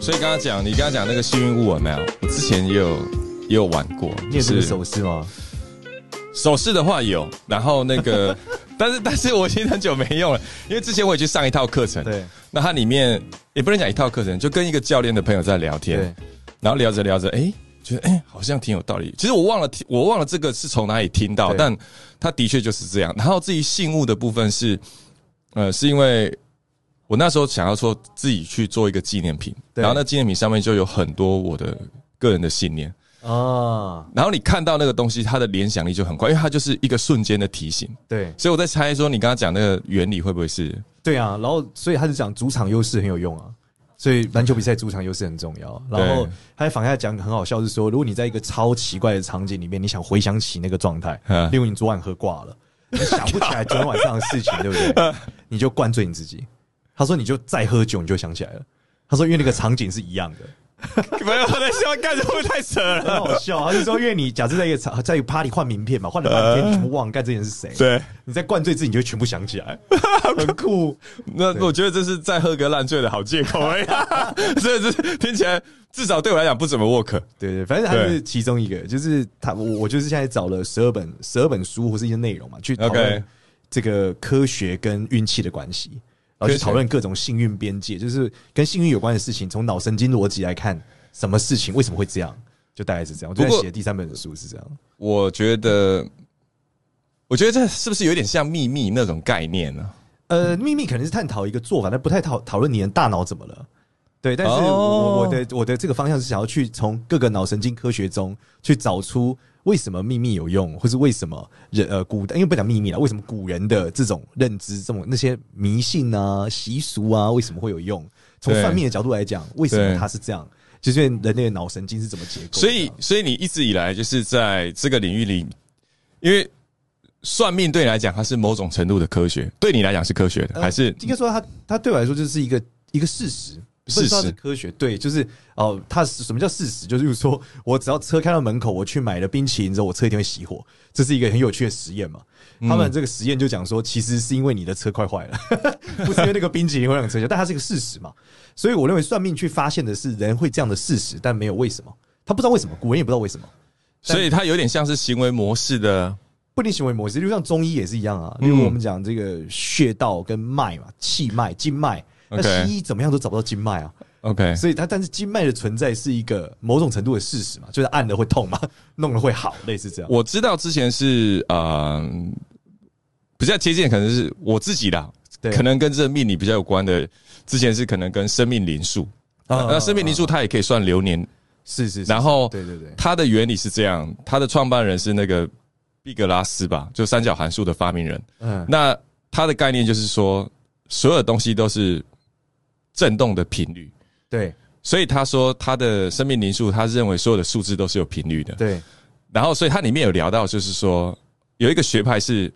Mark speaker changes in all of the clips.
Speaker 1: 所以刚刚讲，你刚刚讲那个幸运物有没有？我之前也有也有玩过，
Speaker 2: 你有这个手势吗？
Speaker 1: 手势的话有，然后那个， 但是但是我已经很久没用了，因为之前我也去上一套课程，
Speaker 2: 对，
Speaker 1: 那它里面也不能讲一套课程，就跟一个教练的朋友在聊天
Speaker 2: 对，
Speaker 1: 然后聊着聊着，哎、觉得哎、诶好像挺有道理。其实我忘了，我忘了这个是从哪里听到，
Speaker 2: 对
Speaker 1: 但他的确就是这样。然后至于信物的部分是，呃，是因为我那时候想要说自己去做一个纪念品，
Speaker 2: 对
Speaker 1: 然后那纪念品上面就有很多我的个人的信念。
Speaker 2: 啊，
Speaker 1: 然后你看到那个东西，它的联想力就很快，因为它就是一个瞬间的提醒。
Speaker 2: 对
Speaker 1: 所以我在猜说，你刚刚讲那个原理会不会是
Speaker 2: 对啊，然后所以他就讲主场优势很有用啊，所以篮球比赛主场优势很重要。然后
Speaker 1: 对
Speaker 2: 他在访下讲很好笑，是说如果你在一个超奇怪的场景里面，你想回想起那个状态
Speaker 1: 嗯，
Speaker 2: 例如你昨晚喝挂 了，你想不起来昨天晚上的事情，对不对？你就灌醉你自己。他说你就再喝酒，你就想起来了。他说因为那个场景是一样的。
Speaker 1: 没有，我在笑，干什么太扯了？
Speaker 2: 很好笑啊！就是说，因为你假设在一个场，在一个 party 换名片嘛，换了半天，你全部忘了干这件事是谁。，
Speaker 1: 对，
Speaker 2: 你在灌醉自己，你就会全部想起来，很酷。
Speaker 1: 那我觉得这是再喝个烂醉的好借口而已， 所以这听起来至少对我来讲不怎么 work。
Speaker 2: 对对，反正它是其中一个，就是他，我我就是现在找了十二本十二本书或是一些内容嘛，去讨
Speaker 1: OK
Speaker 2: 论这个科学跟运气的关系，然后去讨论各种幸运边界，就是跟幸运有关的事情，从脑神经逻辑来看，什么事情为什么会这样，就大概是这样。我
Speaker 1: 不
Speaker 2: 最
Speaker 1: 过
Speaker 2: 近写的第三本书是这样，
Speaker 1: 我觉得，我觉得这是不是有点像秘密那种概念呢、
Speaker 2: 呃，秘密可能是探讨一个做法，但不太讨讨论你的大脑怎么了。对，但是我、
Speaker 1: 哦
Speaker 2: 我的我的这个方向是想要去从各个脑神经科学中去找出为什么秘密有用，或是为什么人呃古代因为不讲秘密了，为什么古人的这种认知、这种那些迷信啊、习俗啊，为什么会有用？从
Speaker 1: 对
Speaker 2: 算命的角度来讲，为什
Speaker 1: 对
Speaker 2: 么它是这样？就是因为人类的脑神经是怎么结构的？啊
Speaker 1: 所以，所以你一直以来就是在这个领域里，因为算命对你来讲，它是某种程度的科学，对你来讲是科学的，
Speaker 2: 呃
Speaker 1: 还是
Speaker 2: 应该说它它对我来说就是一个一个事实，不是说它
Speaker 1: 事
Speaker 2: 是
Speaker 1: 实
Speaker 2: 科学。对，就是哦，它是什么叫事实？就是说我只要车开到门口，我去买了冰淇淋之后，我车一定会熄火，这是一个很有趣的实验嘛。
Speaker 1: 嗯
Speaker 2: 他们这个实验就讲说，其实是因为你的车快坏了，不是因为那个冰淇淋会让你车坏，但它是一个事实嘛。所以我认为算命去发现的是人会这样的事实，但没有为什么，他不知道为什么，古人也不知道为什么。
Speaker 1: 所以它有点像是行为模式的
Speaker 2: 不一定行为模式，就像中医也是一样
Speaker 1: 嗯
Speaker 2: 啊。例如我们讲这个穴道跟脉嘛，气脉、经脉。那
Speaker 1: OK
Speaker 2: 西医怎么样都找不到经脉啊，
Speaker 1: OK。
Speaker 2: 所以它但是经脉的存在是一个某种程度的事实嘛，就是按了会痛嘛， 弄了会好，类似这样。
Speaker 1: 我知道之前是呃比较接近，可能是我自己啦，
Speaker 2: 对
Speaker 1: 可能跟这个命理比较有关的。之前是可能跟生命灵数，
Speaker 2: 啊
Speaker 1: 那生命灵数它也可以算流年，
Speaker 2: 是是是，
Speaker 1: 然后
Speaker 2: 对对对，
Speaker 1: 它的原理是这样，它的创办人是那个毕格拉斯吧，就三角函数的发明人。
Speaker 2: 嗯，
Speaker 1: 那它的概念就是说，所有东西都是震动的频率，
Speaker 2: 对
Speaker 1: 所以他说他的生命灵数，他认为所有的数字都是有频率的。
Speaker 2: 对
Speaker 1: 然后，所以它里面有聊到，就是说有一个学派是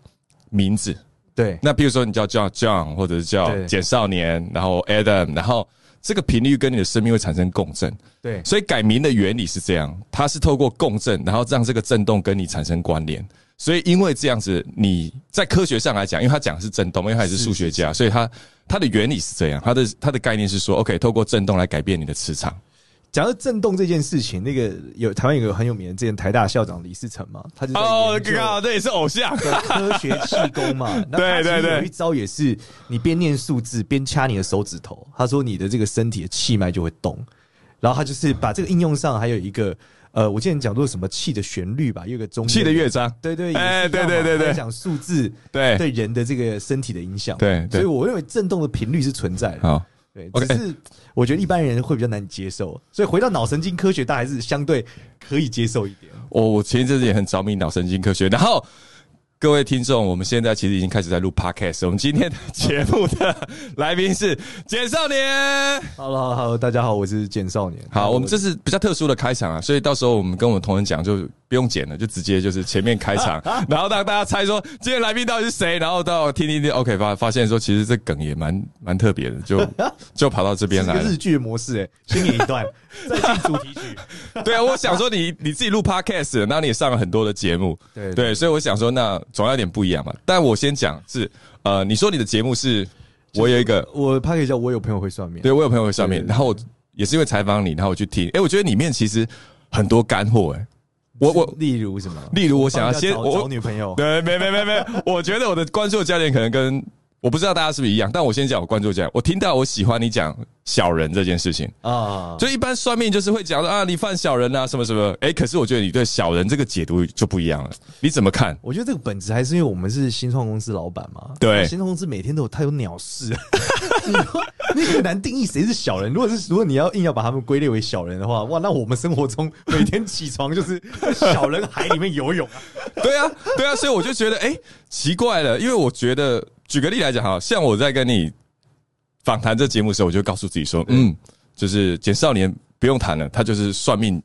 Speaker 1: 名字，
Speaker 2: 对
Speaker 1: 那比如说你叫叫 John 或者是叫
Speaker 2: 对
Speaker 1: 简少年，然后 Adam，然后这个频率跟你的生命会产生共振，
Speaker 2: 对
Speaker 1: 所以改名的原理是这样，它是透过共振，然后让这个震动跟你产生关联。所以因为这样子，你在科学上来讲，因为他讲的是震动，因为他也是数学家，所以他他的原理是这样，他的他的概念是说，OK，透过震动来改变你的磁场。
Speaker 2: 讲到震动这件事情，那个有台湾有个很有名的，之前台大校长李世成嘛，他就在
Speaker 1: 哦
Speaker 2: 研究
Speaker 1: 靠，这也是偶像。
Speaker 2: 的科学气 功嘛。
Speaker 1: 对
Speaker 2: 那他其
Speaker 1: 对
Speaker 2: 实
Speaker 1: 对
Speaker 2: 有一招也是你边念数字边掐你的手指头，他说你的这个身体的气脉就会动。然后他就是把这个应用上还有一个呃，我之前讲过什么气的旋律吧，有一个中
Speaker 1: 气的乐章，
Speaker 2: 对对，
Speaker 1: 哎
Speaker 2: 哎，对
Speaker 1: 对对
Speaker 2: 对对
Speaker 1: 对
Speaker 2: 对，讲数字
Speaker 1: 对
Speaker 2: 对人的这个身体的影响，
Speaker 1: 对对
Speaker 2: 所以我认为震动的频率是存在的，
Speaker 1: 好。
Speaker 2: 对，
Speaker 1: OK
Speaker 2: 只是我觉得一般人会比较难接受，所以回到脑神经科学，大家还是相对可以接受一点。
Speaker 1: 我我前一阵子也很着迷脑神经科学，然后。各位听众，我们现在其实已经开始在录 podcast。我们今天的节目的来宾是简少年。
Speaker 2: 好了，好了，大家好，我是简少年。
Speaker 1: 好，我们这是比较特殊的开场啊，所以到时候我们跟我们同仁讲，就不用剪了，就直接就是前面开场，然后让大家猜说今天来宾到底是谁，然后到听听听，OK 发发现说其实这梗也蛮蛮特别的，就就跑到这边
Speaker 2: 是
Speaker 1: 来
Speaker 2: 个
Speaker 1: 了
Speaker 2: 日。剧的模 式、哎，先演一段，再进主题曲。
Speaker 1: 对啊，我想说你你自己录 podcast，然后你也上了很多的节目，
Speaker 2: 对对
Speaker 1: 所以我想说那总要有点不一样嘛。但我先讲是呃， 你说你的节目是，我有一个，
Speaker 2: 我拍可以叫我有朋友会算命，
Speaker 1: 对我有朋友会算命，
Speaker 2: 对对
Speaker 1: 然后我也是因为采访你，然后我去听，哎、我觉得里面其实很多干货，哎，我我
Speaker 2: 例如什么？
Speaker 1: 例如我想要
Speaker 2: 放假
Speaker 1: 先
Speaker 2: 找
Speaker 1: 我
Speaker 2: 找女朋友，
Speaker 1: 对，没没没没，我觉得我的关注的焦点可能跟我不知道大家是不是一样，但我先讲我关注的焦点。我听到我喜欢你讲小人这件事情，
Speaker 2: 啊，
Speaker 1: 所以一般算命就是会讲说啊，你犯小人啊，什么什么。哎、可是我觉得你对小人这个解读就不一样了，你怎么看？
Speaker 2: 我觉得这个本质还是因为我们是新创公司老板嘛，
Speaker 1: 对
Speaker 2: 新创公司每天都有太多鸟事， 你说你很难定义谁是小人。如果是如果你要硬要把他们归类为小人的话，哇，那我们生活中每天起床就是在小人海里面游泳啊，
Speaker 1: 对啊，对啊，所以我就觉得哎、奇怪了，因为我觉得举个例来讲哈，像我在跟你访谈这节目的时候，我就告诉自己说，嗯，就是简少年不用谈了，他就是算命。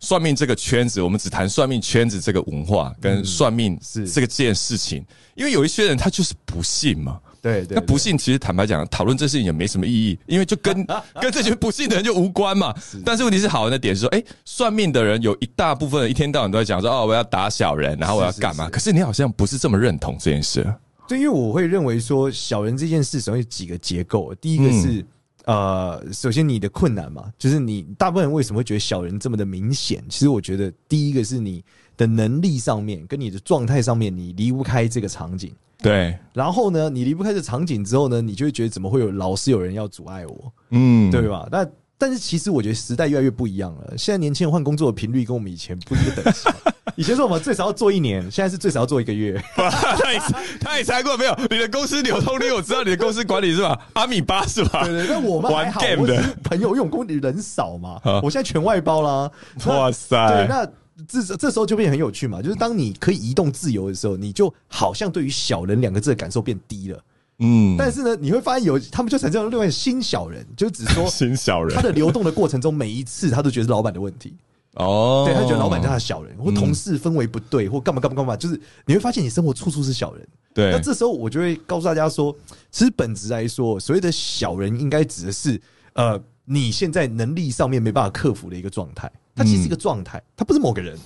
Speaker 1: 算命这个圈子，我们只谈算命圈子这个文化跟算命
Speaker 2: 是
Speaker 1: 这个件事情，因为有一些人他就是不信嘛，
Speaker 2: 对对
Speaker 1: 那不信，其实坦白讲，讨论这事情也没什么意义，因为就 跟跟这群不信的人就无关嘛。但是问题是，好玩的点是说，哎、算命的人有一大部分人一天到晚都在讲说，哦，我要打小人，然后我要
Speaker 2: 是是
Speaker 1: 干嘛？
Speaker 2: 是
Speaker 1: 可是你好像不是这么认同这件事。啊
Speaker 2: 对，因为我会认为说小人这件事首先有几个结构，第一个是、呃，首先你的困难嘛，就是你大部分人为什么会觉得小人这么的明显？其实我觉得第一个是你的能力上面跟你的状态上面，你离不开这个场景。
Speaker 1: 对，
Speaker 2: 然后呢，你离不开这场景之后呢，你就会觉得怎么会有老是有人要阻碍我，
Speaker 1: 嗯，
Speaker 2: 对吧？那但是其实我觉得时代越来越不一样了，现在年轻人换工作的频率跟我们以前不是一个等级了。以前说我们最少要做一年，现在是最少要做一个月。
Speaker 1: 他也他也查过没有？你的公司流通率，我知道你的公司管理是吧？阿米巴是吧？
Speaker 2: 对对，那我们还
Speaker 1: 玩
Speaker 2: 好，
Speaker 1: game
Speaker 2: 我只
Speaker 1: 的
Speaker 2: 是朋友用工人少嘛
Speaker 1: 啊，
Speaker 2: 我现在全外包啦。那
Speaker 1: 哇
Speaker 2: 对，
Speaker 1: 塞，
Speaker 2: 那这这时候就变得很有趣嘛，就是当你可以移动自由的时候，你就好像对于“小人”两个字的感受变低了。
Speaker 1: 嗯，
Speaker 2: 但是呢，你会发现有他们就产生了另外一个新小人，就只说
Speaker 1: 新小人
Speaker 2: 他的流动的过程中，每一次他都觉得是老板的问题，
Speaker 1: 哦，
Speaker 2: 对他觉得老板叫他小人，或
Speaker 1: 嗯
Speaker 2: 同事氛围不对，或干嘛干嘛干嘛，就是你会发现你生活处处是小人。
Speaker 1: 对
Speaker 2: 那这时候我就会告诉大家说，其实本质来说，所谓的小人应该指的是呃你现在能力上面没办法克服的一个状态，它其实是一个状态，
Speaker 1: 嗯
Speaker 2: 它不是某个人。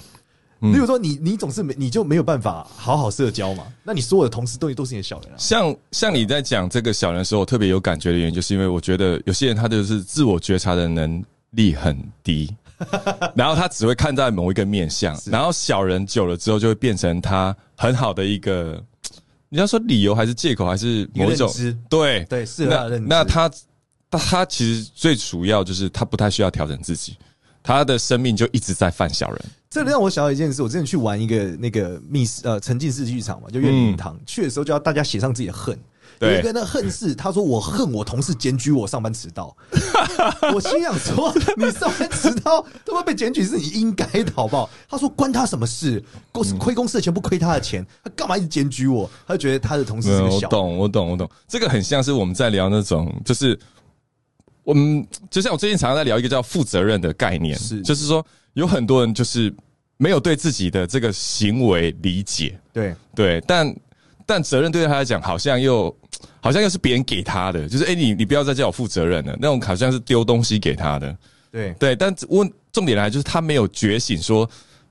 Speaker 2: 例如说你，你总是没你就没有办法好好社交嘛？那你所有的同事都都是你的小人啊。
Speaker 1: 像像你在讲这个小人的时候，我特别有感觉的原因，就是因为我觉得有些人他就是自我觉察的能力很 低，然后他只会看在某一个面相，然后小人久了之后就会变成他很好的一个，你要说理由还是借口还是某一种
Speaker 2: 一个认知
Speaker 1: 对
Speaker 2: 对适合他
Speaker 1: 那
Speaker 2: 的认知
Speaker 1: 那他他他其实最主要就是他不太需要调整自己，他的生命就一直在犯小人，
Speaker 2: 这让我想到一件事，我之前去玩一个那个密室呃沉浸式剧场嘛，就怨灵堂，去的时候就要大家写上自己的恨。
Speaker 1: 嗯对
Speaker 2: 有一个那恨是，他说我恨我同事检举我上班迟到， 我心想说你上班迟到他妈被检举是你应该的好不好？他说关他什么事，公
Speaker 1: 嗯
Speaker 2: 司亏公司的钱不亏他的钱，他干嘛一直检举我？他就觉得他的同事是
Speaker 1: 嗯，
Speaker 2: 个
Speaker 1: 我
Speaker 2: 小
Speaker 1: 懂，我懂，我懂。这个很像是我们在聊那种，就是我们就像我最近常常在聊一个叫负责任的概念，
Speaker 2: 是
Speaker 1: 就是说有很多人就是没有对自己的这个行为理解，
Speaker 2: 对
Speaker 1: 对，但但责任对他来讲好像又好像又是别人给他的，就是哎、诶你你不要再叫我负责任了，那种好像是丢东西给他的，
Speaker 2: 对
Speaker 1: 对，但问重点来就是他没有觉醒说，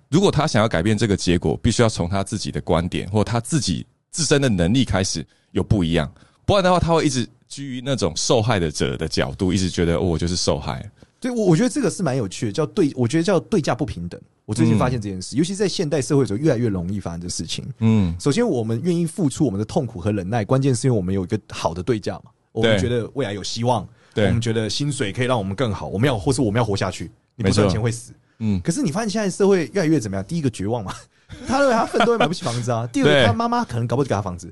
Speaker 1: 如果他想要改变这个结果，必须要从他自己的观点或他自己自身的能力开始有不一样，不然的话他会一直居于那种受害的者的角度，一直觉得、哦、我就是受害。
Speaker 2: 对，我我觉得这个是蛮有趣的，叫对，我觉得叫对价不平等。我最近发现这件事，尤其在现代社会中，越来越容易发生这事情。
Speaker 1: 嗯，
Speaker 2: 首先，我们愿意付出我们的痛苦和忍耐，关键是因为我们有一个好的对价嘛，我们
Speaker 1: 对
Speaker 2: 觉得未来有希望，
Speaker 1: 对
Speaker 2: 我们觉得薪水可以让我们更好，我们要或是我们要活下去，你不
Speaker 1: 没错
Speaker 2: 赚钱会死。
Speaker 1: 嗯
Speaker 2: 可是你发现现在社会越来 越怎么样？第一个绝望嘛，他认为他奋斗也买不起房子啊，第二
Speaker 1: 对
Speaker 2: 个他妈妈可能搞不起给他房子，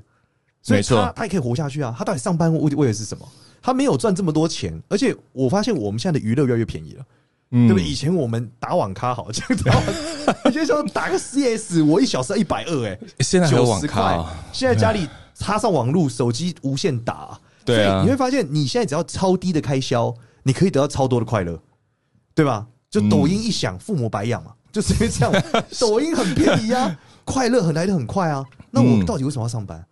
Speaker 2: 所以
Speaker 1: 没错
Speaker 2: 他他也可以活下去啊。他到底上班为为的是什么？他没有赚这么多钱，而且我发现我们现在的娱乐越来越便宜了。
Speaker 1: 嗯
Speaker 2: 对不对？以前我们打网咖好，这样打网， 以前说打个 CS，我一小时一百二，哎，
Speaker 1: 现在还有
Speaker 2: 九
Speaker 1: 网
Speaker 2: 十
Speaker 1: 咖
Speaker 2: 块
Speaker 1: 哦，
Speaker 2: 现在家里插上网络，手机无线打，
Speaker 1: 对啊
Speaker 2: 所以你会发现，你现在只要超低的开销，你可以得到超多的快乐，对吧？就抖音一响，父母白养
Speaker 1: 嗯
Speaker 2: 嘛，就是因为 这样，抖音很便宜啊，快乐很来的很快啊，那我
Speaker 1: 嗯
Speaker 2: 到底为什么要上班？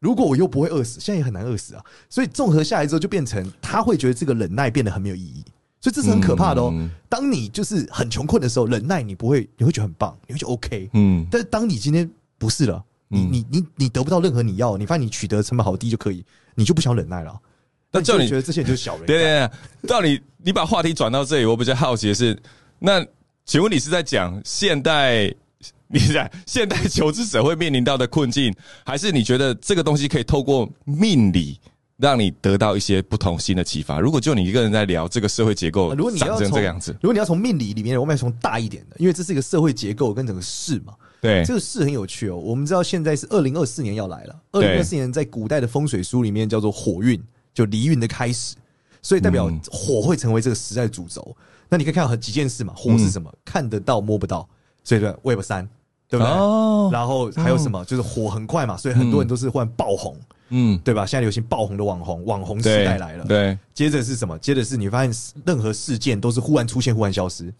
Speaker 2: 如果我又不会饿死，现在也很难饿死啊。所以综合下来之后，就变成他会觉得这个忍耐变得很没有意义，所以这是很可怕的哦。
Speaker 1: 嗯
Speaker 2: 当你就是很穷困的时候，忍耐你不会，你会觉得很棒，你会觉得 OK。
Speaker 1: 嗯，
Speaker 2: 但是当你今天不是了，你
Speaker 1: 嗯
Speaker 2: 你你你得不到任何你要的，你发现你取得成本好低就可以，你就不想忍耐了。
Speaker 1: 那
Speaker 2: 就
Speaker 1: 叫你
Speaker 2: 觉得这些人就是小人。
Speaker 1: 对对对，到你你把话题转到这里，我比较好奇的是，那请问你是在讲现代？你在现代求职者会面临到的困境，还是你觉得这个东西可以透过命理让你得到一些不同新的启发？如果就你一个人在聊这个社会结构
Speaker 2: 啊，如果你
Speaker 1: 长
Speaker 2: 要
Speaker 1: 成
Speaker 2: 从
Speaker 1: 这个样子，
Speaker 2: 如果你要从命理里面，我们要从大一点的，因为这是一个社会结构跟整个市嘛。
Speaker 1: 对
Speaker 2: 这个市很有趣哦。我们知道现在是二零二四年要来了，二零
Speaker 1: 对
Speaker 2: 二四年在古代的风水书里面叫做火运，就离运的开始，所以代表
Speaker 1: 嗯
Speaker 2: 火会成为这个时代的主轴。那你可以看到很几件事嘛，火
Speaker 1: 嗯
Speaker 2: 是什么？看得到摸不到，所以对 Web 三，对不对？
Speaker 1: 哦
Speaker 2: 然后还有什么？就是火很快嘛，所以很多人都是忽然爆红，
Speaker 1: 嗯，
Speaker 2: 对吧？现在流行爆红的网红，网红时
Speaker 1: 对，
Speaker 2: 代来了。
Speaker 1: 对，
Speaker 2: 接着是什么？接着是你发现任何事件都是忽然出现，忽然 消失。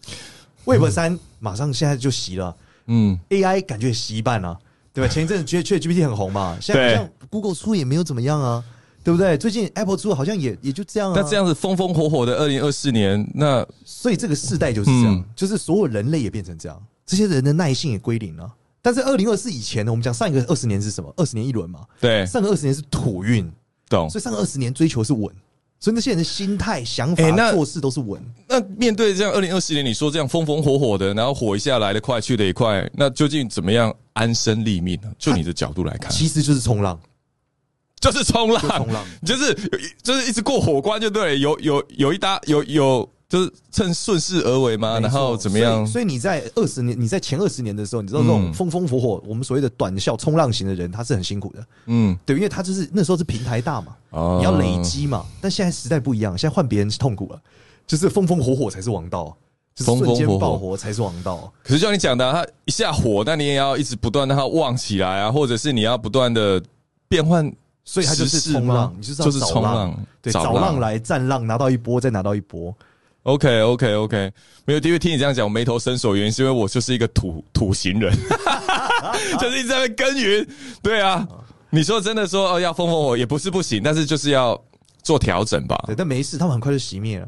Speaker 2: Web 三马上现在就袭了
Speaker 1: 嗯，
Speaker 2: ，AI 感觉也袭一半啊，对吧？前一阵子 Chat GPT 很红嘛，现在好像 Google 出也没有怎么样啊，对不对？最近 Apple 出好像也也就这样啊。
Speaker 1: 那这，样子风风火火的二零二四年，那
Speaker 2: 所以这个世代就是这样，
Speaker 1: 嗯
Speaker 2: 就是所有人类也变成这样，这些人的耐性也归零了。但是二零二四以前呢，我们讲上一个二十年是什么？二十年一轮嘛，
Speaker 1: 对，
Speaker 2: 上个二十年是土运，
Speaker 1: 懂
Speaker 2: 所。以上个二十年追求是稳，所以那些人的心态、想法、
Speaker 1: 哎那
Speaker 2: 做事都是稳。
Speaker 1: 那面对这样二零二四年，你说这样风风火火的，然后火一下来得快，去得也快，那究竟怎么样安身立命呢？就你的角度来看，
Speaker 2: 其实就是冲浪，
Speaker 1: 就是冲
Speaker 2: 啊就
Speaker 1: 浪
Speaker 2: 冲，浪。
Speaker 1: 就是就是一直过火关就对了，有有有一搭有有，就是趁顺势而为嘛，啊然后怎么样
Speaker 2: 所以？所以你在二十年，你在前二十年的时候，你知道这种
Speaker 1: 嗯
Speaker 2: 风风火火，我们所谓的短效冲浪型的人，他是很辛苦的，
Speaker 1: 嗯，
Speaker 2: 对，因为他就是那时候是平台大嘛，
Speaker 1: 哦
Speaker 2: 你要累积嘛。但现在时代不一样，现在换别人是痛苦了，就是风风火火才是王道，就是瞬
Speaker 1: 风风
Speaker 2: 间
Speaker 1: 火火
Speaker 2: 爆火才是王道。
Speaker 1: 可是就像你讲的啊、它一下火，那你也要一直不断让它旺起来啊，或者是你要不断的变换时事吗，
Speaker 2: 所以它就是冲浪你就是要
Speaker 1: 就是
Speaker 2: 找
Speaker 1: 冲
Speaker 2: 浪
Speaker 1: 浪，
Speaker 2: 对，
Speaker 1: 找
Speaker 2: 找浪来战浪，拿到一波再拿到一波，
Speaker 1: OK OK OK，没有，因为听你这样讲，我眉头深锁，原因是因为我就是一个土土行人， 就是一直在那边耕耘。对啊，你说真的说哦要风风火火也不是不行，但是就是要做调整吧。
Speaker 2: 对，但没事，他们很快就熄灭了。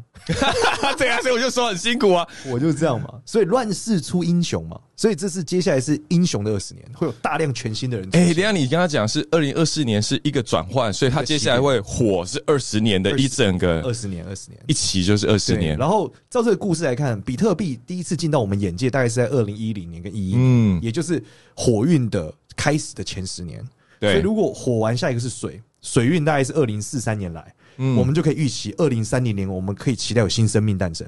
Speaker 1: 对啊，所以我就说很辛苦啊。
Speaker 2: 我就是这样嘛，所以乱世出英雄嘛，所以这是接下来是英雄的二十年，会有大量全新的人出
Speaker 1: 哎、
Speaker 2: 现。
Speaker 1: 等一下你跟他讲是二零二四年是一个转换，所以他接下来会火是二十年的一整
Speaker 2: 二
Speaker 1: 个
Speaker 2: 十年，二十年，
Speaker 1: 一起就是二十
Speaker 2: 对
Speaker 1: 年。
Speaker 2: 然后照这个故事来看，比特币第一次进到我们眼界，大概是在二零一零年跟一一年，
Speaker 1: 嗯，
Speaker 2: 也就是火运的开始的前十年。
Speaker 1: 对
Speaker 2: 所以如果火完，下一个是水，水运大概是二零四三年来，
Speaker 1: 嗯
Speaker 2: 我们就可以预期二零三零年，我们可以期待有新生命诞生。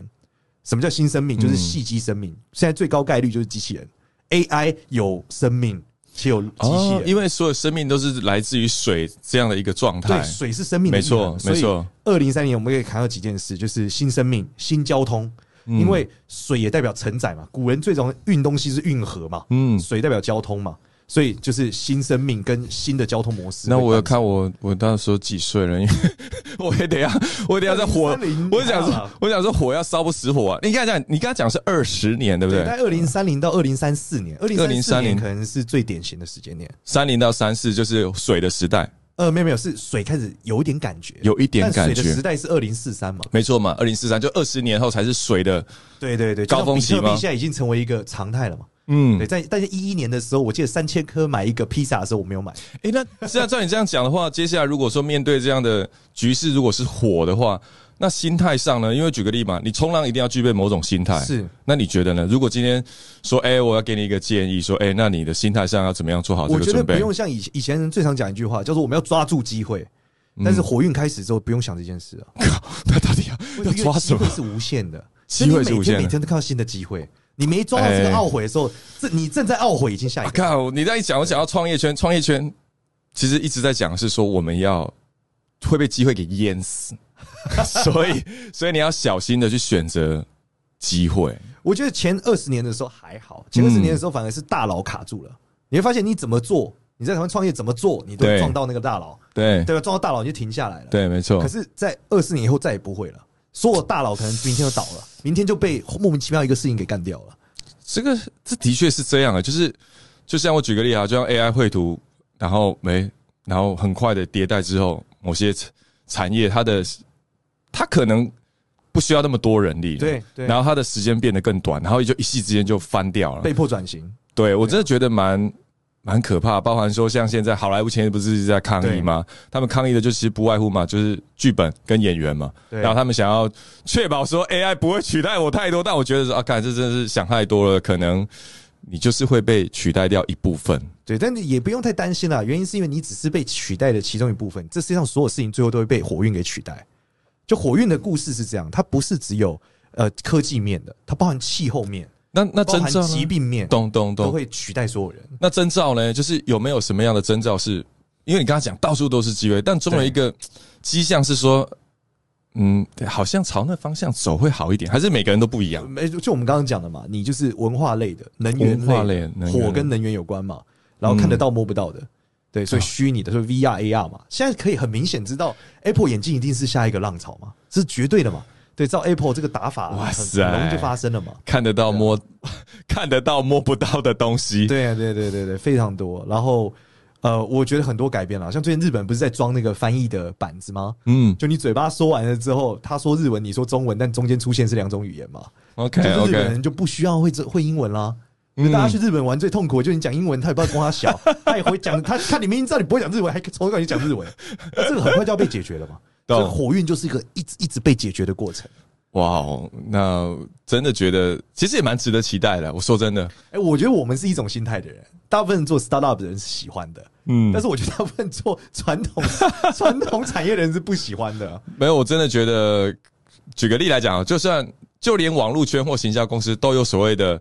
Speaker 2: 什么叫新生
Speaker 1: 嗯
Speaker 2: 命？就是戏机生命。现在最高概率就是机器人，AI 有生命且有机器
Speaker 1: 哦
Speaker 2: 人，，
Speaker 1: 因为所有生命都是来自于水这样的一个状态
Speaker 2: 对，。水是生命的
Speaker 1: 没
Speaker 2: 一
Speaker 1: 错
Speaker 2: 环
Speaker 1: 没错。
Speaker 2: 二零三年我们可以看到几件事，就是新生命、新交通，
Speaker 1: 嗯
Speaker 2: 因为水也代表承载嘛。古人最早运东西是运河嘛，
Speaker 1: 嗯
Speaker 2: 水代表交通嘛，所以就是新生命跟新的交通模式。
Speaker 1: 那我要看我我到时候几岁了，因 为我也得要我也得要在火
Speaker 2: 2030，
Speaker 1: 我想
Speaker 2: 还好
Speaker 1: 说
Speaker 2: 啦
Speaker 1: 我想说火要烧不死火啊！你刚才讲你刚才讲是二十年对不
Speaker 2: 对，
Speaker 1: 对
Speaker 2: 在？二零三零到二零三四年，二零三
Speaker 1: 2030
Speaker 2: 四年可能是最典型的时间点。
Speaker 1: 三零到三四就是水的时代，
Speaker 2: 呃，没有没有，是水开始有一点感觉，
Speaker 1: 有一点感觉
Speaker 2: 但水的时代是二零四三嘛？
Speaker 1: 没错嘛，二零四三就二十年后才是水的，
Speaker 2: 对对对，
Speaker 1: 高峰期
Speaker 2: 就像比特
Speaker 1: 吗
Speaker 2: 币现在已经成为一个常态了嘛？
Speaker 1: 嗯，
Speaker 2: 对，在但是一一年的时候，我记得三千颗买一个披萨的时候，我没有买。
Speaker 1: 诶，那现在照你这样讲的话，接下来如果说面对这样的局势，如果是火的话，那心态上呢？因为举个例嘛，你冲浪一定要具备某种心态。
Speaker 2: 是，
Speaker 1: 那你觉得呢？如果今天说，诶，我要给你一个建议，说，诶，那你的心态上要怎么样做好这
Speaker 2: 我
Speaker 1: 个
Speaker 2: 觉得
Speaker 1: 准
Speaker 2: 不
Speaker 1: 备？
Speaker 2: 用像以以前人最常讲一句话，叫做我们要抓住机会。
Speaker 1: 嗯
Speaker 2: 但是火运开始之后，不用想这件事啊，
Speaker 1: 靠，他到底
Speaker 2: 因
Speaker 1: 要
Speaker 2: 为
Speaker 1: 要抓什
Speaker 2: 机
Speaker 1: 么
Speaker 2: 会？是无限的，
Speaker 1: 机会是
Speaker 2: 所以你
Speaker 1: 无限的
Speaker 2: 每天每天都看到新的机会。你没抓到这个
Speaker 1: 哎
Speaker 2: 懊悔的时候，这你正在懊悔已经下一
Speaker 1: 啊
Speaker 2: 个。
Speaker 1: 靠！你这样一讲，我想到创业圈，创业圈其实一直在讲是说我们要会被机会给淹 死，所以所以你要小心的去选择机会。
Speaker 2: 我觉得前二十年的时候还好，前二十年的时候反而是大佬卡住了。你会发现你怎么做，你在台湾创业怎么做，你都
Speaker 1: 对
Speaker 2: 撞到那个大佬，
Speaker 1: 对
Speaker 2: 对吧？啊撞到大佬你就停下来了。。
Speaker 1: 对，没错
Speaker 2: 可。是，在二四年以后再也不会了。所有大佬可能明天就倒了，明天就被莫名其妙一个事情给干掉了。
Speaker 1: 这个这的确是这样啊，就是就像我举个例啊，就像 AI 绘图，然后没，然后很快的迭代之后，某些产产业它的它可能不需要那么多人力了，
Speaker 2: 对对
Speaker 1: 然后它的时间变得更短，然后也就一夕之间就翻掉了
Speaker 2: 被。迫转型，
Speaker 1: 对我真的觉得蛮蛮可怕，包含说像现在好莱坞前不是一直在抗议吗？他们抗议的就其实不外乎嘛，就是剧本跟演员嘛。
Speaker 2: 对
Speaker 1: 然后他们想要确保说 AI 不会取代我太多，但我觉得说啊，看这真的是想太多了，可能你就是会被取代掉一部分。
Speaker 2: 对，但你也不用太担心啦，原因是因为你只是被取代的其中一部分。这世界上所有事情最后都会被火运给取代。就火运的故事是这样，它不是只有呃科技面的，它包含气候面，
Speaker 1: 那那
Speaker 2: 包
Speaker 1: 征
Speaker 2: 含
Speaker 1: 兆呢
Speaker 2: 疾病面，
Speaker 1: 啊懂懂
Speaker 2: 都
Speaker 1: 懂。
Speaker 2: 会取代所有人。
Speaker 1: 那征兆呢？就是有没有什么样的征兆是？因为你刚刚讲到处都是机会，但总有一个迹象是说，嗯，对好像朝那方向走会好一点，还是每个人都不一样？
Speaker 2: 没，就我们刚刚讲的嘛，你就是文化类的、能源
Speaker 1: 文化
Speaker 2: 类
Speaker 1: 类
Speaker 2: 的
Speaker 1: 能源嗯
Speaker 2: 火跟能源有关嘛，然后看得到摸不到的，对，
Speaker 1: 啊
Speaker 2: 所以虚拟的，所以 VR、AR 嘛，现在可以很明显知道 Apple 眼镜一定是下一个浪潮嘛，这是绝对的嘛，对，照 Apple 这个打法，
Speaker 1: 哇
Speaker 2: 很
Speaker 1: 塞
Speaker 2: 很容易就发生了嘛。
Speaker 1: 看得到摸， 看得到摸不到的东西。
Speaker 2: 对啊，对对对对，非常多。然后呃，我觉得很多改变了，像最近日本不是在装那个翻译的板子吗？
Speaker 1: 嗯
Speaker 2: 就你嘴巴说完了之后，他说日文，你说中文，但中间出现是两种语言嘛？
Speaker 1: ，OK
Speaker 2: 就是日本
Speaker 1: OK，嗯
Speaker 2: 人就不需要会这会英文啦。就大家去日本玩最痛苦的，就是你讲英文，他也不知道跟 他小，他也会讲，他他你明明知道你不会讲日文，还从跟你讲日文，那这个很快就要被解决了嘛。
Speaker 1: 懂
Speaker 2: 所以火运就是一个一直一直被解决的过程。
Speaker 1: 哇哦，那真的觉得其实也蛮值得期待的。我说真的，
Speaker 2: 哎、我觉得我们是一种心态的人，大部分做 startup 的人是喜欢的，
Speaker 1: 嗯
Speaker 2: 但是我觉得大部分做传统 传统产业的人是不喜欢的。
Speaker 1: 没有，我真的觉得，举个例来讲啊，就算就连网络圈或行销公司都有所谓的，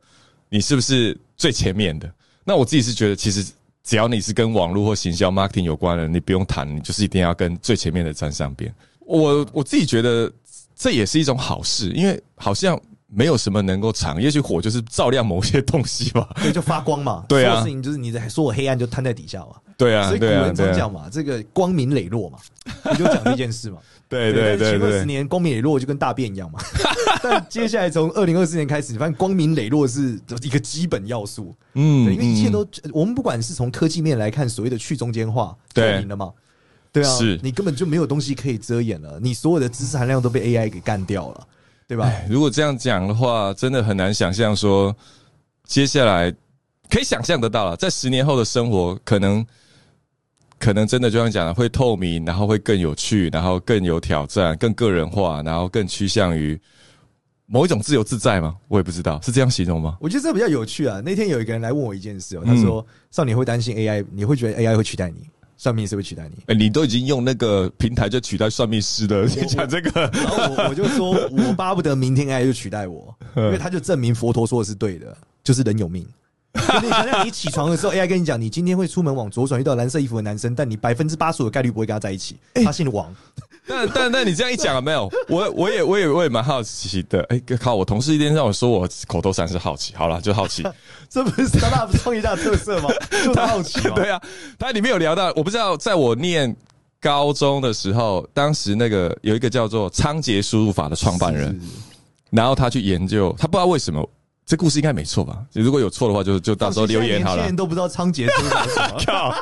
Speaker 1: 你是不是最前面的？那我自己是觉得，其实只要你是跟网络或行销 marketing 有关的，你不用谈，你就是一定要跟最前面的站上边。我我自己觉得这也是一种好事，因为好像没有什么能够藏，也许火就是照亮某些东西吧。
Speaker 2: 对，就发光嘛。
Speaker 1: 对啊
Speaker 2: 所有事情就是你在说我黑暗就摊在底下嘛。
Speaker 1: 对啊，
Speaker 2: 所以古
Speaker 1: 对啊，
Speaker 2: 人
Speaker 1: 对
Speaker 2: 常
Speaker 1: 啊
Speaker 2: 讲，嘛，这个光明磊落嘛，你就讲这 件事嘛。
Speaker 1: 对对
Speaker 2: 但
Speaker 1: 对啊
Speaker 2: 是前二
Speaker 1: 对
Speaker 2: 十年光明磊落就跟大便一样嘛。 但接下来从二零二四年开始，你发现光明磊落是一个基本要素，
Speaker 1: 嗯
Speaker 2: 对，因为一切
Speaker 1: 嗯
Speaker 2: 都呃我们不管是从科技面来看，所谓的去中间化
Speaker 1: 对
Speaker 2: 证明了嘛。对啊，
Speaker 1: 是
Speaker 2: 你根本就没有东西可以遮掩了，你所有的知识含量都被 AI 给干掉了，对吧？
Speaker 1: 哎如果这样讲的话，真的很难想象说接下来可以想象得到了，在十年后的生活，可能可能真的就像你讲的，会透明，然后会更有趣，然后更有挑战，更个人化，然后更趋向于某一种自由自在吗？我也不知道，是这样形容吗？
Speaker 2: 我觉得这比较有趣啊。那天有一个人来问我一件事哦、他说：“少年会担心 AI，你会觉得 AI 会取代你，算命师会取代你？”
Speaker 1: 哎、你都已经用那个平台就取代算命师了，你讲这个，
Speaker 2: 然后我我就说，我巴不得明天 AI 就取代我，因为他就证明佛陀说的是对的，就是人有命。就你想想，你起床的时候，AI 跟你讲，你今天会出门往左转遇到蓝色衣服的男生，但你百分之八十的概率不会跟他在一起。他姓王，
Speaker 1: 但 但但你这样一讲啊，没有，我我也我也我也蛮好奇的。哎、靠！我同事一天让我说我口头禅是好奇，好了，就好奇。
Speaker 2: 这不是 startup 创业家的特色吗？就是好奇 嘛。
Speaker 1: 对啊，它里面有聊到，我不知道在我念高中的时候，当时那个有一个叫做仓颉输入法的创办人，
Speaker 2: 是
Speaker 1: 然后他去研究，他不知道为什么，这故事应该没错吧？如果有错的话就，就到时候留言好
Speaker 2: 现在年轻
Speaker 1: 了
Speaker 2: 人。都不知道仓颉是什么。
Speaker 1: 靠，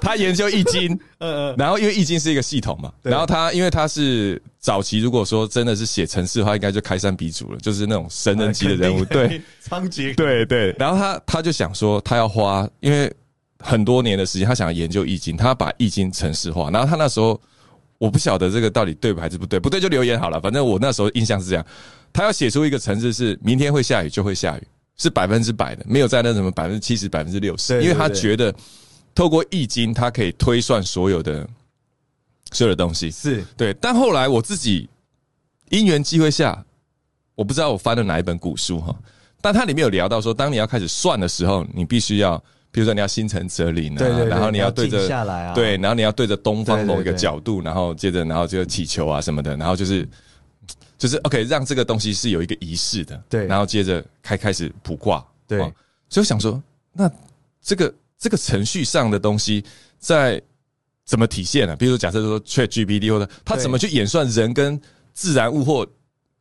Speaker 1: 他研究易 经，
Speaker 2: 呃，
Speaker 1: 然后因为易经是一个系统嘛，
Speaker 2: 对
Speaker 1: 然后他因为他是早期，如果说真的是写程式的话，应该就开山鼻祖了，就是那种神人级的人
Speaker 2: 啊
Speaker 1: 物，对。，
Speaker 2: 仓颉，
Speaker 1: 对对，然后他他就想说，他要花因为很多年的时间，他想要研究易经，他要把易经程式化。然后他那时候我不晓得这个到底对还是不对，不对就留言好了。反正我那时候印象是这样，他要写出一个程式是明天会下雨就会下雨，是百分之百的，没有在那什么百分之七十、百分之六
Speaker 2: 对
Speaker 1: 十，
Speaker 2: 对
Speaker 1: 因为他
Speaker 2: 对
Speaker 1: 觉得透过易经，他可以推算所有的所有的东西。
Speaker 2: 是
Speaker 1: 对，但后来我自己因缘机会下，我不知道我翻了哪一本古书哈，但它里面有聊到说，当你要开始算的时候，你必须要，比如说你要心诚则灵啊，
Speaker 2: 对对对
Speaker 1: 然后你要对
Speaker 2: 你
Speaker 1: 着
Speaker 2: 要静下来啊
Speaker 1: 对，然后你要对着东
Speaker 2: 对
Speaker 1: 方
Speaker 2: 对
Speaker 1: 某一个
Speaker 2: 对
Speaker 1: 角度，然后接着然后就祈求啊什么的，然后就是就是 OK，让这个东西是有一个仪式的，
Speaker 2: 对
Speaker 1: 然后接着开开始卜卦，
Speaker 2: 对
Speaker 1: 哦所以我想说，那这个这个程序上的东西在怎么体现呢、啊比如说假设说 Chat GPT 或者它
Speaker 2: 对
Speaker 1: 怎么去演算人跟自然物或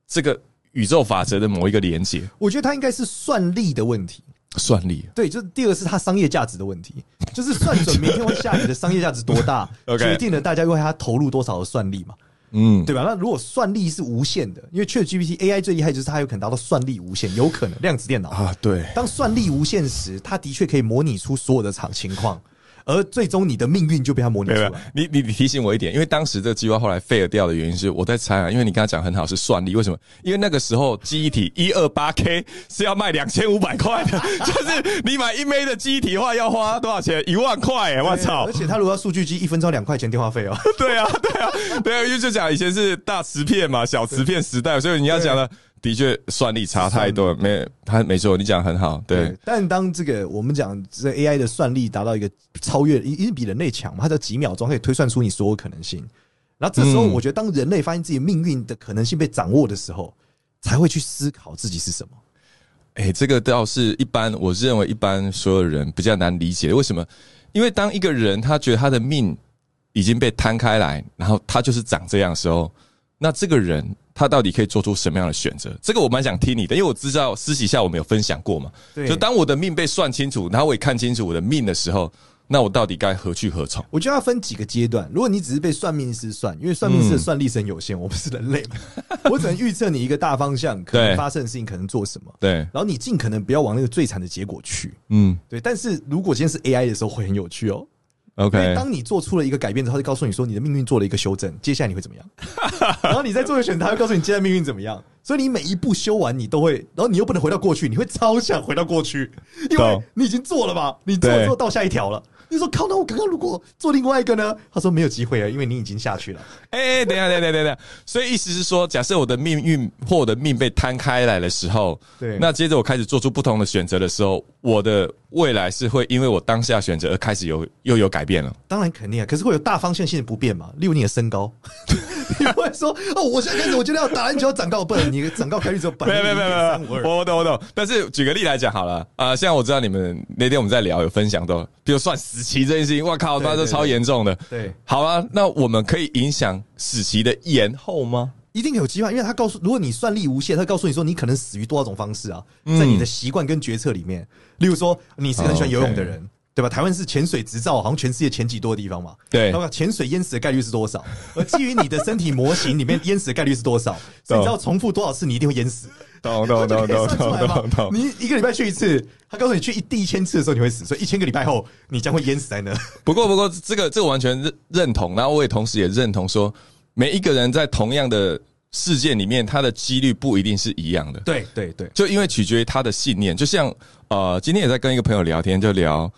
Speaker 1: 这个宇宙法则的某一个连接
Speaker 2: 我觉得他应该是算力的问题。
Speaker 1: 算力
Speaker 2: 对，就是第二个是它商业价值的问 题，就是算准明天会下雨的商业价值多大
Speaker 1: ，OK
Speaker 2: 决定了大家为它投入多少的算力嘛。
Speaker 1: 嗯，
Speaker 2: 对吧？那如果算力是无限的，因为 ChatGPT AI 最厉害就是它有可能达到算力无限，有可能量子电脑。
Speaker 1: 啊，对，
Speaker 2: 当算力无限时，它的确可以模拟出所有的场情况，而最终你的命运就被它模拟
Speaker 1: 没
Speaker 2: 出
Speaker 1: 有没
Speaker 2: 来
Speaker 1: 有。，你你你提醒我一点，因为当时这个计划后来废了掉的原因是我在猜啊，因为你刚才讲很好是算力，为什么？因为那个时候记忆体一二八 K 是要卖两千五百块的， 就是你买一枚的记忆体的话要花多少钱？一万块、欸，我操
Speaker 2: 而！且它如果要数据机，一分钟两块钱电话费哦。
Speaker 1: 对啊，对啊，对啊，因为就讲以前是大磁片嘛，小磁片时代，所以你要讲的的确算力差太多了，没他没错，你讲得很好，对，，
Speaker 2: 但当这个我们讲这 AI 的算力达到一个超越，一定比人类强嘛，它在几秒钟可以推算出你所有可能性。然后这时候，
Speaker 1: 嗯
Speaker 2: 我觉得当人类发现自己命运的可能性被掌握的时候，才会去思考自己是什么。
Speaker 1: 哎、这个倒是一般，我认为一般所有人比较难理解，为什么？因为当一个人他觉得他的命已经被摊开来，然后他就是长这样的时候，那这个人他到底可以做出什么样的选择？这个我蛮想听你的，因为我知道私底下我们有分享过嘛。
Speaker 2: 对
Speaker 1: 就当我的命被算清楚，然后我也看清楚我的命的时候，那我到底该何去何从？
Speaker 2: 我觉得要分几个阶段。如果你只是被算命师算，因为算命师的算力是很 有限，我们是人类嘛，我只能预测你一个大方向，可
Speaker 1: 对
Speaker 2: 能发生的事情，可能做什么，
Speaker 1: 对，
Speaker 2: 然后你尽可能不要往那个最惨的结果去。
Speaker 1: 嗯
Speaker 2: 对，但是如果今天是 AI 的时候，会很有趣哦。因为
Speaker 1: ，OK，
Speaker 2: 当你做出了一个改变之后，他就告诉你说你的命运做了一个修正，接下来你会怎么样？ 然后你再做一个选择，他会告诉你接下来命运怎么样。所以你每一步修完，你都会，然后你又不能回到过去，你会超想回到过去，因为
Speaker 1: 懂
Speaker 2: 你已经做了嘛，你做
Speaker 1: 对
Speaker 2: 了之后到下一条了。你说靠，那我刚刚如果做另外一个呢？他说没有机会啊了，因为你已经下去了。
Speaker 1: 哎、哎等一下，等一下，等一下，等一下。所以意思是说，假设我的命运或我的命被摊开来的时候，
Speaker 2: 对
Speaker 1: 那接着我开始做出不同的选择的时候，我的未来是会因为我当下选择而开始有又有改变了。
Speaker 2: 当然肯定啊，可是会有大方向性的不变嘛，例如你的身高， 你不会说哦，我现在开始我觉得要打篮球要长高，不然你的长高概率只有百
Speaker 1: 没
Speaker 2: 分
Speaker 1: 有没有没
Speaker 2: 之一
Speaker 1: 有
Speaker 2: 点三五
Speaker 1: 没
Speaker 2: 二
Speaker 1: 有，。我我懂我懂。但是举个例来讲好了啊、呃像我知道你们那天我们在聊有分享到，比如算死期这件事情，哇靠，
Speaker 2: 对
Speaker 1: 那这
Speaker 2: 对
Speaker 1: 超严重的。
Speaker 2: 对
Speaker 1: 好啊，那我们可以影响死期的延后 吗？
Speaker 2: 一定有机会，因为他告诉，如果你算力无限，他告诉你说你可能死于多少种方式啊，
Speaker 1: 嗯
Speaker 2: 在你的习惯跟决策里面，例如说你是很喜欢游泳的人。
Speaker 1: 嗯
Speaker 2: 对吧？台湾是潜水执照，好像全世界前几多的地方嘛。
Speaker 1: 对
Speaker 2: 那么潜水淹死的概率是多少？而基于你的身体模型里面淹死的概率是 多少？所以你知道重复多少次，你一定会淹死。
Speaker 1: 懂懂懂懂
Speaker 2: 这个可以算出来
Speaker 1: 懂
Speaker 2: 吧
Speaker 1: 懂懂。
Speaker 2: 你一个礼拜去一次，他告诉你去一第一千次的时候你会死，所以一千个礼拜后你将会淹死在那。
Speaker 1: 不过，不过，这个这个完全认认同，然后我也同时也认同说，每一个人在同样的事件里面，他的几率不一定是一样的，
Speaker 2: 对对对，
Speaker 1: 就因为取决于他的信念。就像呃，今天也在跟一个朋友聊天，就聊，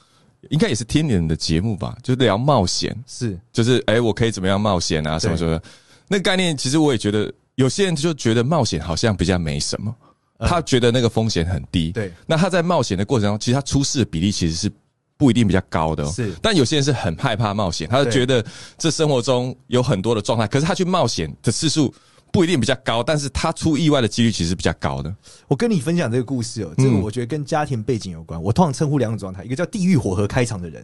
Speaker 1: 应该也是听你们的节目吧，就聊冒险，
Speaker 2: 是
Speaker 1: 就是哎、诶我可以怎么样冒险啊，什么什么的。那个概念，其实我也觉得，有些人就觉得冒险好像比较没什么，他觉得那个风险很低。
Speaker 2: 嗯对
Speaker 1: 那他在冒险的过程中，其实他出事的比例其实是不一定比较高的、哦。
Speaker 2: 是
Speaker 1: 但有些人是很害怕冒险，他就
Speaker 2: 对
Speaker 1: 觉得这生活中有很多的状态，可是他去冒险的次数不一定比较高，但是他出意外的几率其实是比较高的。
Speaker 2: 我跟你分享这个故事哦、这
Speaker 1: 嗯
Speaker 2: 个我觉得跟家庭背景有关。我通常称呼两种状态，一个叫地狱火河开场 的人，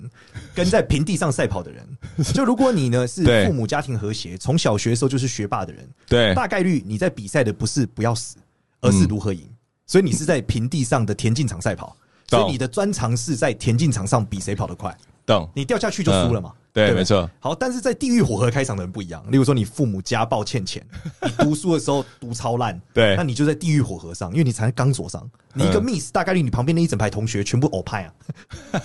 Speaker 2: 跟在平地上赛跑的人。就如果你呢是
Speaker 1: 对
Speaker 2: 父母家庭和谐，从小学的时候就是学霸的人，
Speaker 1: 对
Speaker 2: 大概率你在比赛的不是不要死，而是如何赢。所以你是在平地上的田径场赛跑，
Speaker 1: 嗯懂
Speaker 2: 所以你的专长是在田径场上比谁跑得快。
Speaker 1: 懂？
Speaker 2: 你掉下去就输了嘛。
Speaker 1: 嗯对
Speaker 2: 不
Speaker 1: 没错。
Speaker 2: 好，但是在地狱火河开场的人不一样，例如说你父母家暴 欠钱，你读书的时候读超烂，
Speaker 1: 对
Speaker 2: 那你就在地狱火河上，因为你才刚锁上，你一个
Speaker 1: 嗯
Speaker 2: miss，大概率你旁边那一整排同学全部偶派啊，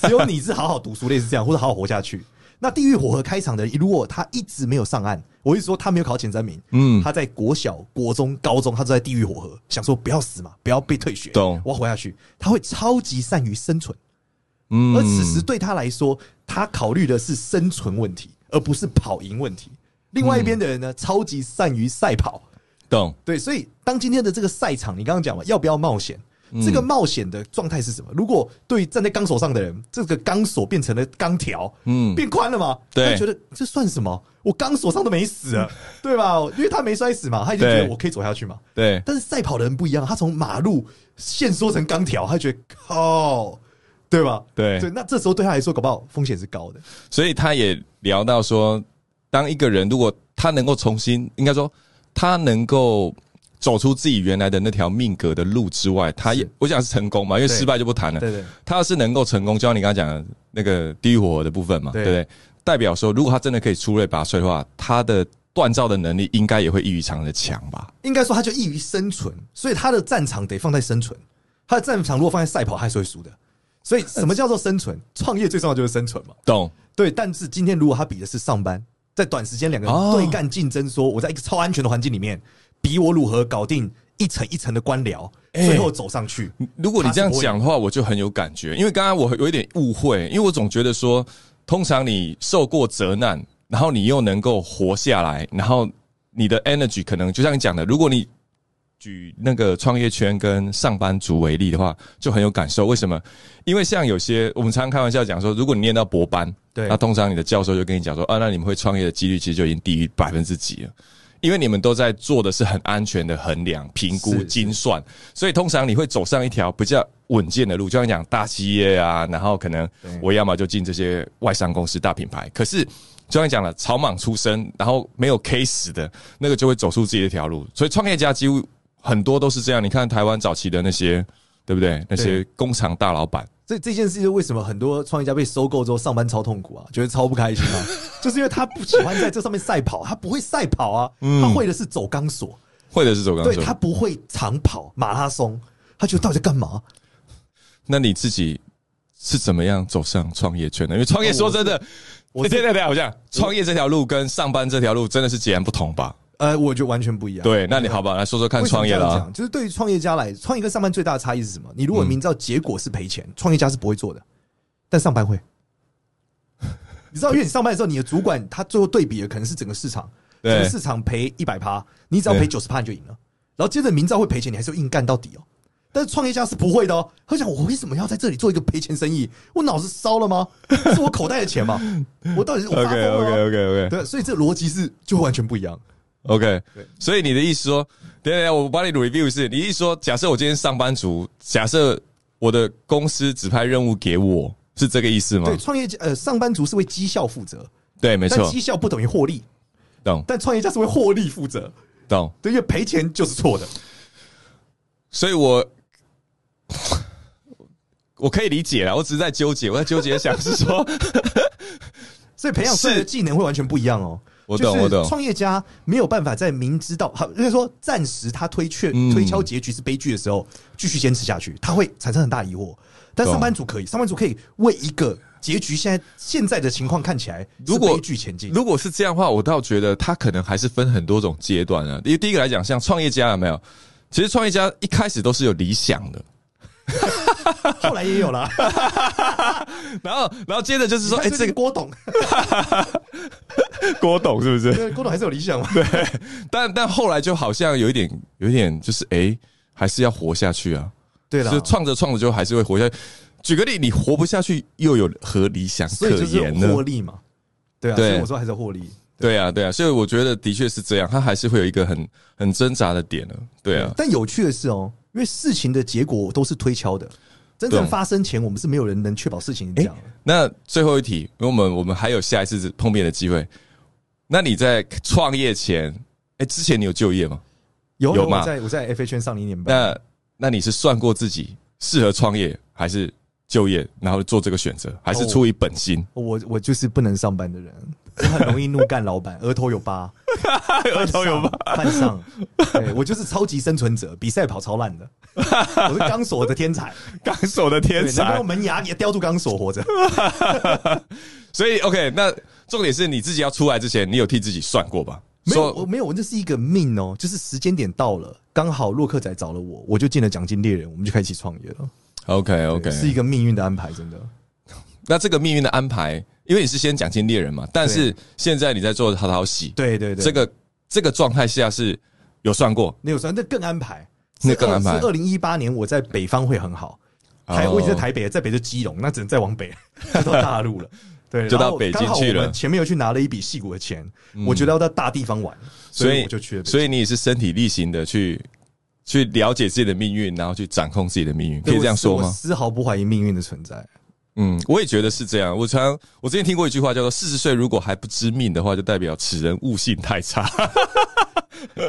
Speaker 2: 只有你是好好读书，类似这样，或者好好活下去。那地狱火河开场的人，如果他一直没有上岸，我一直说他没有考前三名，
Speaker 1: 嗯
Speaker 2: 他在国小、国中、高中，他都在地狱火河，想说不要死嘛，不要被退学，
Speaker 1: 懂
Speaker 2: 我要活下去。他会超级善于生存，
Speaker 1: 嗯
Speaker 2: 而此时对他来说，他考虑的是生存问题，而不是跑赢问题。另外一边的人呢，超级善于赛跑，
Speaker 1: 懂
Speaker 2: 对，所以当今天的这个赛场，你刚刚讲了要不要冒险？
Speaker 1: 嗯
Speaker 2: 这个冒险的状态是什么？如果对站在钢索上的人，这个钢索变成了钢条，
Speaker 1: 嗯
Speaker 2: 嗯，变宽了嘛？
Speaker 1: 对嗯
Speaker 2: 他觉得这算什么？我钢索上都没死啊， 对吧？因为他没摔死嘛，他已经觉
Speaker 1: 对
Speaker 2: 得我可以走下去嘛。
Speaker 1: 对。
Speaker 2: 但是赛跑的人不一样，他从马路限缩成钢条，他觉得靠，对吧？
Speaker 1: 对
Speaker 2: 对，那这时候对他来说，搞不好风险是高的。
Speaker 1: 所以他也聊到说，当一个人如果他能够重新，应该说他能够走出自己原来的那条命格的路之外，他也
Speaker 2: 是
Speaker 1: 我想是成功嘛，因为
Speaker 2: 对
Speaker 1: 失败就不谈了。
Speaker 2: 对对
Speaker 1: 他要是能够成功，就像你刚刚讲的那个地狱火的部分嘛，对
Speaker 2: 对
Speaker 1: 不对？代表说，如果他真的可以出类拔萃的话，他的锻造的能力应该也会异于常人的强吧？
Speaker 2: 应该说他就易于生存，所以他的战场得放在生存。他的战场如果放在赛跑，他还是会输的。所以什么叫做生存？创业最重要就是生存嘛。
Speaker 1: 懂？
Speaker 2: 对，但是今天如果他比的是上班，在短时间两个人
Speaker 1: 哦
Speaker 2: 对干竞争，说我在一个超安全的环境里面，比我如何搞定一层一层的官僚，
Speaker 1: 哎
Speaker 2: 最后走上去。
Speaker 1: 如果你这样讲的话，我就很有感觉，因为刚刚我有一点误会，因为我总觉得说，通常你受过责难，然后你又能够活下来，然后你的 energy 可能就像你讲的，如果你举那个创业圈跟上班族为例的话，就很有感受。为什么？因为像有些我们常常开玩笑讲说，如果你念到博班，
Speaker 2: 对
Speaker 1: 那通常你的教授就跟你讲说，啊，那你们会创业的几率其实就已经低于百分之几了。因为你们都在做的是很安全的衡量、评估、
Speaker 2: 是
Speaker 1: 精算，所以通常你会走上一条比较稳健的路，就像讲大企业啊，然后可能我要么就进这些外商公司、大品牌。可是就像你讲了，草莽出身，然后没有 case 的那个就会走出自己的一条路，所以创业家几乎很多都是这样。你看台湾早期的那些，对不对？那些工厂大老板，
Speaker 2: 这这件事情为什么很多创业家被收购之后上班超痛苦啊，觉得超不开心啊？就是因为他不喜欢在这上面赛跑，他不会赛跑啊，他会的是走钢索，
Speaker 1: 或者是走钢
Speaker 2: 对
Speaker 1: 索
Speaker 2: 他，不会长跑马拉松，他觉得到底在干嘛？
Speaker 1: 那你自己是怎么样走上创业圈的？因为创业，
Speaker 2: 哦
Speaker 1: 说
Speaker 2: 我是
Speaker 1: 真的，
Speaker 2: 我 是
Speaker 1: 对对对，好像创业这条路跟上班这条路真的是截然不同吧？
Speaker 2: 呃，我觉得完全不一样。
Speaker 1: 对，那你好吧，来说说看
Speaker 2: 为什么
Speaker 1: 创
Speaker 2: 这
Speaker 1: 业啊
Speaker 2: 样讲，
Speaker 1: 啦。
Speaker 2: 就是对于创业家来，创业跟上班最大的差异是什么？你如
Speaker 1: 嗯
Speaker 2: 果明知道结果是赔钱，创、业家是不会做的，但上班会。 你知道，因为你上班的时候，你的主管他最后对比的可能是整个市场，
Speaker 1: 对
Speaker 2: 整个市场赔一百趴，你只要赔
Speaker 1: 对
Speaker 2: 九十趴你就赢了。然后接着明知道会赔钱，你还是要硬干到底哦。但是创业家是不会的哦，他想我为什么要在这里做一个赔钱生意？我脑子烧了吗？是我口袋 的钱吗？我到底是我发疯
Speaker 1: OK
Speaker 2: 了吗啊
Speaker 1: OK OK OK
Speaker 2: 对，所以这逻辑是就完全不一样。
Speaker 1: OK，
Speaker 2: 对
Speaker 1: 所以你的意思说，等一下等一下，我帮你 review 是，你意思说，假设我今天上班族，假设我的公司指派任务给我，是这个意思吗
Speaker 2: 对，？创业家呃，上班族是为绩效负责，
Speaker 1: 对，没
Speaker 2: 但
Speaker 1: 错
Speaker 2: 绩，效不等于获利，
Speaker 1: 懂
Speaker 2: 但创业家是为获利负责，
Speaker 1: 懂。
Speaker 2: 对，因为赔钱就是错的。
Speaker 1: 所以我 我可以理解了，我只是在纠结，我在纠结想是 说，
Speaker 2: 所以培养出来的
Speaker 1: 是
Speaker 2: 技能会完全不一样哦。
Speaker 1: 我懂
Speaker 2: 就是
Speaker 1: 我懂
Speaker 2: 创业家没有办法在明知道好，就是说暂时他推却
Speaker 1: 嗯
Speaker 2: 推敲结局是悲剧的时候，继续坚持下去，他会产生很大疑惑。但
Speaker 1: 懂
Speaker 2: 上班族可以，上班族可以为一个结局现在现在的情况看起来
Speaker 1: 如果
Speaker 2: 是悲剧前进。
Speaker 1: 如果是这样的话，我倒觉得他可能还是分很多种阶段啊。因为第一个来讲，像创业家有没有？其实创业家一开始都是有理想的，
Speaker 2: 后来也有 了，
Speaker 1: 然后，然后接着 就是说，哎、
Speaker 2: 哎，
Speaker 1: 这
Speaker 2: 这
Speaker 1: 个
Speaker 2: 个郭董，
Speaker 1: 郭董是不是？
Speaker 2: 对，郭董还是有理想嘛？
Speaker 1: 但但后来就好像有一点，有一点就是，哎、还是要活下去啊。
Speaker 2: 对了
Speaker 1: 就，创着创着就还是会活下去。举个例，你活不下去，又有何理想
Speaker 2: 所
Speaker 1: 可
Speaker 2: 以就是
Speaker 1: 言呢？
Speaker 2: 获利嘛。对啊，所
Speaker 1: 对
Speaker 2: 以我说还是要获利。
Speaker 1: 对啊，对啊，所以我觉得的确是这样，他还是会有一个很很挣扎的点呢。对啊，
Speaker 2: 但有趣的是哦，因为事情的结果都是推敲的，真正
Speaker 1: 对
Speaker 2: 发生前，我们是没有人能确保事情是这样的。
Speaker 1: 那最后一题，因为我们我们还有下一次碰面的机会。那你在创业前，哎、之前你有就业吗？
Speaker 2: 有
Speaker 1: 有
Speaker 2: 有，
Speaker 1: 嘛
Speaker 2: 我在我在 FA 圈上了一年半，
Speaker 1: 那那你是算过自己适合创业还是就业，然后做这个选择，还是出于本心？
Speaker 2: 我我就是不能上班的人，我很容易怒干老板，额头有疤，
Speaker 1: 额头有吗？
Speaker 2: 犯上，对我就是超级生存者，比赛跑超烂的，我是钢索的天才，
Speaker 1: 刚手的天
Speaker 2: 对，能够
Speaker 1: 才
Speaker 2: 用。门牙也叼住钢索 活着。
Speaker 1: 所以 OK，那重点是你自己要出来之前，你有替自己算过吧？
Speaker 2: 没有，我
Speaker 1: 说
Speaker 2: 没有，我那是一个命哦，就是时间点到了，刚好洛克仔找了我，我就进了奖金猎人，我们就开始一起创业了。
Speaker 1: OK
Speaker 2: 对是一
Speaker 1: OK。
Speaker 2: 个命运的安排，真的。
Speaker 1: 那这个命运的安排，因为你是先奖金猎人嘛，但是现在你在做淘淘喜，
Speaker 2: 对对对，
Speaker 1: 这个这个状态下是有算过，
Speaker 2: 那有算，那更安排，
Speaker 1: 那更安排
Speaker 2: 是二零一八年我在北方会很好，台、
Speaker 1: 哦
Speaker 2: 我已经在台北了，在北就基隆，那只能再往北 就到大陆了。对，
Speaker 1: 就到
Speaker 2: 然后
Speaker 1: 北京
Speaker 2: 刚好
Speaker 1: 去
Speaker 2: 我
Speaker 1: 了嗯
Speaker 2: 们前面又去拿了一笔戏骨的钱，我觉得要到大地方玩，所以我就去了北京。
Speaker 1: 所以你也是身体力行的去去了解自己的命运，然后去掌控自己的命运，可以
Speaker 2: 对
Speaker 1: 这样
Speaker 2: 我
Speaker 1: 说
Speaker 2: 我
Speaker 1: 吗？
Speaker 2: 丝毫不怀疑命运的存在。
Speaker 1: 嗯，我也觉得是这样。我常我之前听过一句话叫做“四十岁如果还不知命的话，就代表此人悟性太差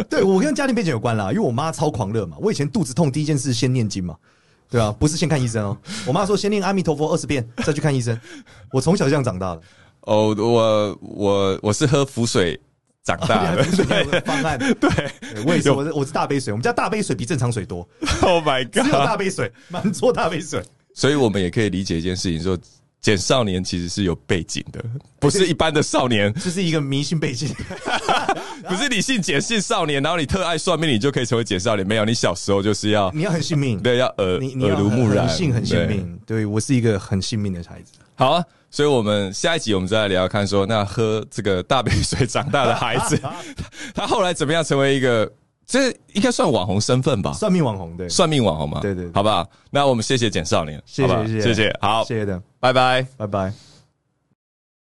Speaker 2: 对我跟家庭背景有关啦，因为我妈超狂热嘛，我以前肚子痛第一件事先念经嘛。对啊，不是先看医生哦。我妈说先念阿弥陀佛二十遍，再去看医生。我从小就这样长大的。”。
Speaker 1: 哦，我我我是喝符水长
Speaker 2: 大
Speaker 1: 大
Speaker 2: 了
Speaker 1: 了。
Speaker 2: 方案。对，我也是，我是我是大杯水，我们家大杯水比正常水多，
Speaker 1: Oh my
Speaker 2: 只有
Speaker 1: god！
Speaker 2: 大杯水，满桌大杯水。
Speaker 1: 所以我们也可以理解一件事情，说简少年其实是有背景 的，不是一般的少年，
Speaker 2: 这是一个迷信背景，啊
Speaker 1: 不是你姓简姓少年，然后你特爱算命，你就可以成为简少年。没有，你小时候就是要
Speaker 2: 你要很信命，
Speaker 1: 对要耳
Speaker 2: 嗯你你
Speaker 1: 耳
Speaker 2: 要
Speaker 1: 濡目染，
Speaker 2: 很信很
Speaker 1: 对
Speaker 2: 信。命。对我是一个很信命的孩子。
Speaker 1: 好啊，所以我们下一集我们再来聊看说，那喝这个大杯水长大的孩 子，他后来怎么样成为一个这应该算网红身份吧？
Speaker 2: 算命网红，对，
Speaker 1: 算命网红嘛，
Speaker 2: 对对对
Speaker 1: 好不好？那我们谢谢简少年，
Speaker 2: 谢谢
Speaker 1: 好不好
Speaker 2: 谢谢
Speaker 1: 谢谢，好，
Speaker 2: 谢谢的，
Speaker 1: 拜拜。
Speaker 2: 拜拜。